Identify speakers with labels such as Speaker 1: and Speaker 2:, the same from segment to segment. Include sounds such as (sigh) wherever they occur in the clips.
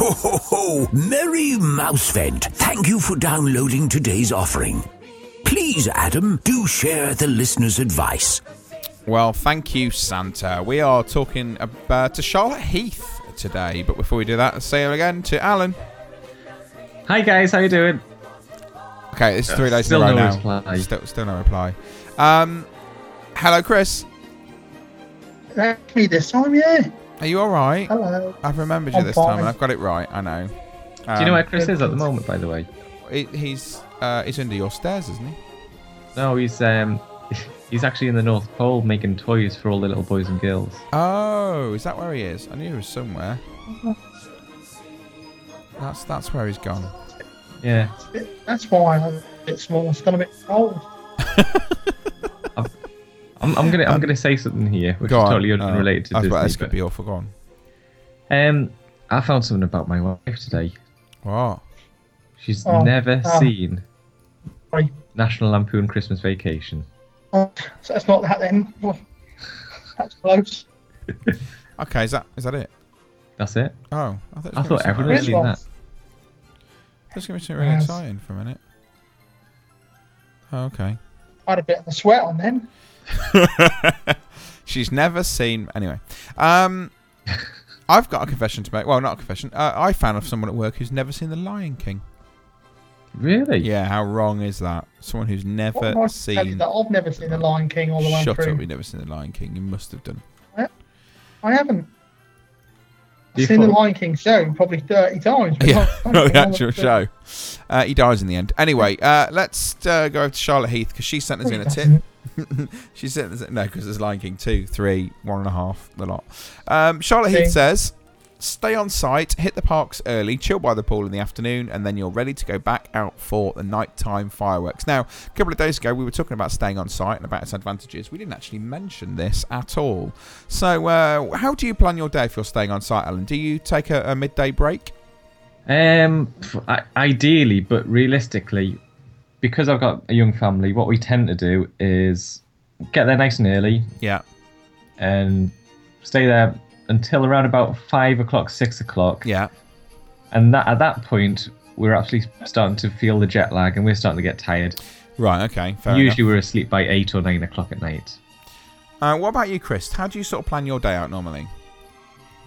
Speaker 1: Ho ho ho! Merry Mousevent, thank you for downloading today's offering. Please, Adam, do share the listener's advice.
Speaker 2: Well, thank you, Santa. We are talking about, to Charlotte Heath today, but before we do that, say hello again to Alan.
Speaker 3: Hi guys, how you doing?
Speaker 2: Okay, this is three days
Speaker 3: Still
Speaker 2: in a row
Speaker 3: no
Speaker 2: now.
Speaker 3: reply.
Speaker 2: Still, still no reply. Um, hello, Chris.
Speaker 4: That's me this time, yeah.
Speaker 2: Are you all right?
Speaker 4: Hello.
Speaker 2: I've remembered you
Speaker 4: I'm
Speaker 2: this time,
Speaker 4: fine.
Speaker 2: and I've got it right. I know.
Speaker 3: Do you know where
Speaker 2: Um,
Speaker 3: Chris is at the moment, by the way?
Speaker 2: he- he's uh, he's under your stairs, isn't he?
Speaker 3: No, he's um, (laughs) he's actually in the North Pole making toys for all the little boys and girls.
Speaker 2: Oh, is that where he is? I knew he was somewhere.
Speaker 4: Mm-hmm.
Speaker 2: That's that's where he's gone.
Speaker 3: Yeah,
Speaker 4: That's why I'm a bit small. It's got a bit old.
Speaker 3: I'm, I'm gonna I'm gonna say something here, which
Speaker 2: Um, Go
Speaker 3: is
Speaker 2: on.
Speaker 3: totally
Speaker 2: No,
Speaker 3: unrelated to
Speaker 2: I was
Speaker 3: Disney.
Speaker 2: about- This
Speaker 3: but-
Speaker 2: could be awful. Go on.
Speaker 3: um, I found something about my wife today.
Speaker 2: What?
Speaker 3: She's
Speaker 4: Oh,
Speaker 3: never
Speaker 4: oh.
Speaker 3: seen
Speaker 4: Sorry.
Speaker 3: National Lampoon Christmas Vacation.
Speaker 4: Oh, so that's not that then. (laughs) Well, That's close.
Speaker 2: Okay, is that is that it?
Speaker 3: That's it.
Speaker 2: Oh, I thought, it was
Speaker 3: I
Speaker 2: gonna
Speaker 3: thought
Speaker 2: be something-
Speaker 3: everyone- I've
Speaker 4: This
Speaker 3: seen
Speaker 4: one.
Speaker 3: that.
Speaker 2: I thought it was going to be something really
Speaker 4: Yes.
Speaker 2: exciting for a minute. Oh, okay.
Speaker 4: I had a bit of a sweat on then.
Speaker 2: She's never seen. Anyway, (laughs) um, I've got a confession to make. Well, not a confession. Uh, I found of someone at work who's never seen The Lion King.
Speaker 3: Really?
Speaker 2: Yeah, how wrong is that? Someone who's
Speaker 4: What
Speaker 2: never
Speaker 4: am I to tell you
Speaker 2: seen.
Speaker 4: that I've never seen The Lion King all the way
Speaker 2: Shut
Speaker 4: through.
Speaker 2: up! You've never seen The Lion King. You must have done.
Speaker 4: I haven't. I've
Speaker 3: You
Speaker 4: seen The
Speaker 3: thought-
Speaker 4: Lion King show probably 30 times.
Speaker 2: (laughs)
Speaker 4: but
Speaker 2: Yeah,
Speaker 4: not-
Speaker 2: not the
Speaker 4: not
Speaker 2: actual
Speaker 4: all the-
Speaker 2: show. Uh, he dies in the end. Anyway, uh, let's uh, go over to Charlotte Heath because she sent us in a tip. (laughs) she sent us no because there's Lion King two, three, one and a half, the lot. Um, Charlotte
Speaker 4: Okay.
Speaker 2: Heath says, "Stay on site, hit the parks early, chill by the pool in the afternoon, and then you're ready to go back out for the nighttime fireworks." Now, a couple of days ago, we were talking about staying on site and about its advantages. We didn't actually mention this at all. So, uh, how do you plan your day if you're staying on site, Alan? Do you take a, a midday break?
Speaker 3: Um, f- I- ideally, but realistically, because I've got a young family, what we tend to do is get there nice and early
Speaker 2: Yeah.
Speaker 3: and stay there until around about five o'clock, six o'clock,
Speaker 2: Yeah.
Speaker 3: and that at that point we're actually starting to feel the jet lag and we're starting to get tired.
Speaker 2: Right. Okay. Fair
Speaker 3: Usually, we're asleep by eight or nine o'clock at night.
Speaker 2: enough. Uh, what about you, Chris? How do you sort of plan your day out normally?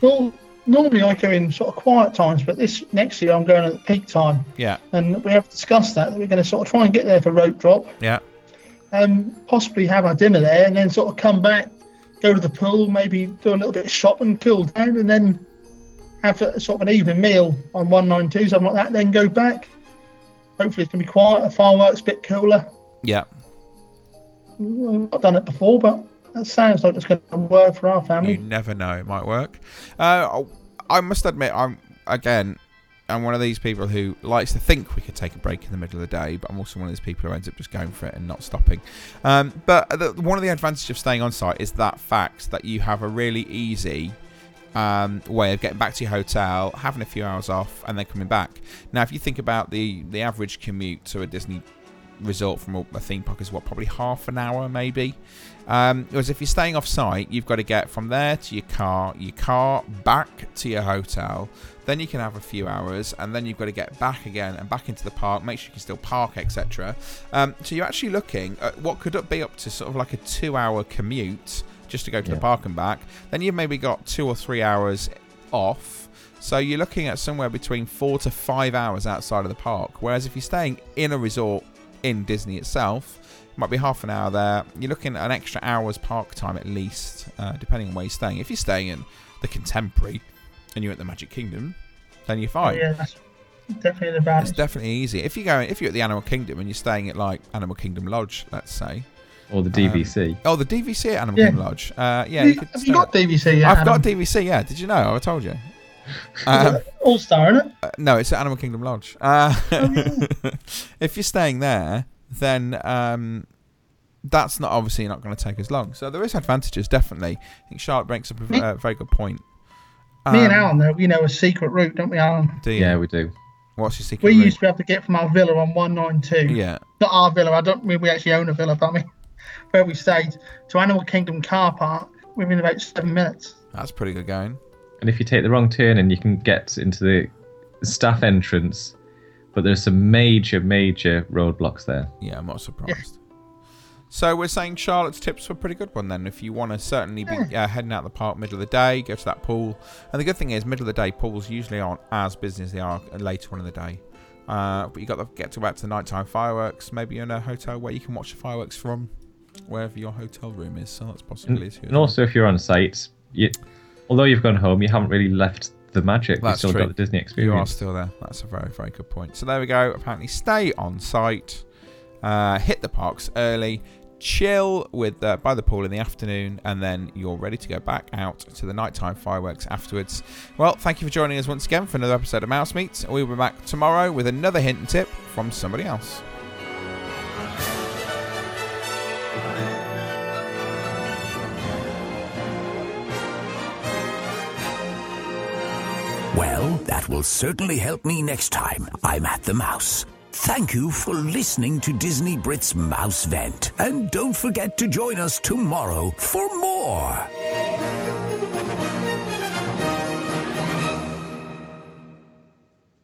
Speaker 4: Well, normally I go in sort of quiet times, but this next year I'm going at the peak time.
Speaker 2: Yeah.
Speaker 4: And we have discussed that, that we're going to sort of try and get there for rope drop.
Speaker 2: Yeah.
Speaker 4: um, possibly have our dinner there and then sort of come back, go to the pool, maybe do a little bit of shopping, cool down, and then have a, sort of an evening meal on 192, something like that, then go back. Hopefully it's going to be quieter, fireworks a bit cooler.
Speaker 2: Yeah.
Speaker 4: I've not done it before, but that sounds like it's going to work for our
Speaker 2: You
Speaker 4: family.
Speaker 2: never know. It might work. Uh, I must admit, I'm again, I'm one of these people who likes to think we could take a break in the middle of the day, but I'm also one of those people who ends up just going for it and not stopping. Um, but the, one of the advantages of staying on site is that fact that you have a really easy um, way of getting back to your hotel, having a few hours off, and then coming back. Now, if you think about the the average commute to a Disney resort from a a theme park is what probably half an hour maybe um, whereas if you're staying off site you've got to get from there to your car your car back to your hotel then you can have a few hours and then you've got to get back again and back into the park make sure you can still park etc um, so you're actually looking at what could up be up to sort of like a two hour commute just to go to the
Speaker 3: Yeah.
Speaker 2: park and back then you've maybe got two or three hours off so you're looking at somewhere between four to five hours outside of the park whereas if you're staying in a resort in Disney itself. Might be half an hour there. You're looking at an extra hour's park time at least, uh, depending on where you're staying. If you're staying in the Contemporary and you're at the Magic Kingdom, then you're fine.
Speaker 4: Yeah, that's definitely an
Speaker 2: It's
Speaker 4: advantage.
Speaker 2: definitely easy. If you go, if you're at the Animal Kingdom and you're staying at like Animal Kingdom Lodge, let's say,
Speaker 3: Or the DVC.
Speaker 2: oh the DVC at Animal
Speaker 4: Yeah.
Speaker 2: Kingdom Lodge, uh, yeah,
Speaker 4: You-
Speaker 2: could
Speaker 4: have
Speaker 2: stay
Speaker 4: you got um,
Speaker 2: there.
Speaker 4: DVC yet?
Speaker 2: I've got
Speaker 4: Adam?
Speaker 2: DVC. Yeah, did you know? I told
Speaker 4: (laughs)
Speaker 2: you. Um,
Speaker 4: All star, innit?
Speaker 2: Uh, no, it's at Animal Kingdom Lodge. Uh, (laughs) if you're staying there, then um, that's not obviously not going to take as long. So there is advantages definitely. I think Charlotte brings up a
Speaker 4: Me-
Speaker 2: uh, very good point.
Speaker 4: Me and
Speaker 2: Um,
Speaker 4: Alan, though, you know, a secret route, don't we, Alan?
Speaker 2: do you?
Speaker 3: yeah, we do.
Speaker 2: What's your secret
Speaker 4: We
Speaker 2: route?
Speaker 4: used to be able to get from our villa on 192.
Speaker 2: yeah.
Speaker 4: Not our villa, I don't mean we actually own a villa, but I mean (laughs) where we stayed, to Animal Kingdom car park within about seven minutes.
Speaker 2: That's pretty good going.
Speaker 3: And if you take the wrong turn and you can get into the staff entrance, but there's some major, major roadblocks there.
Speaker 2: Yeah, I'm not surprised. So we're saying Charlotte's tips were a pretty good one then. If you want to certainly be uh, heading out the park middle of the day, go to that pool. And the good thing is, middle of the day pools usually aren't as busy as they are later on in the day. Uh, but you got to get to about to nighttime fireworks. Maybe in a hotel where you can watch the fireworks from wherever your hotel room is. So that's possibly too.
Speaker 3: And also, if you're on site, you, although you've gone home, you haven't really left the magic.
Speaker 2: That's
Speaker 3: You've still
Speaker 2: true.
Speaker 3: got the Disney
Speaker 2: You are
Speaker 3: experience.
Speaker 2: still there. That's a very, very good point. So there we go. Apparently, stay on site, uh, hit the parks early, chill with uh, by the pool in the afternoon, and then you're ready to go back out to the nighttime fireworks afterwards. Well, thank you for joining us once again for another episode of Mouse Meets. We'll be back tomorrow with another hint and tip from somebody else.
Speaker 1: Well, that will certainly help me next time I'm at the mouse. Thank you for listening to Disney Brit's Mouse Vent. And don't forget to join us tomorrow for more.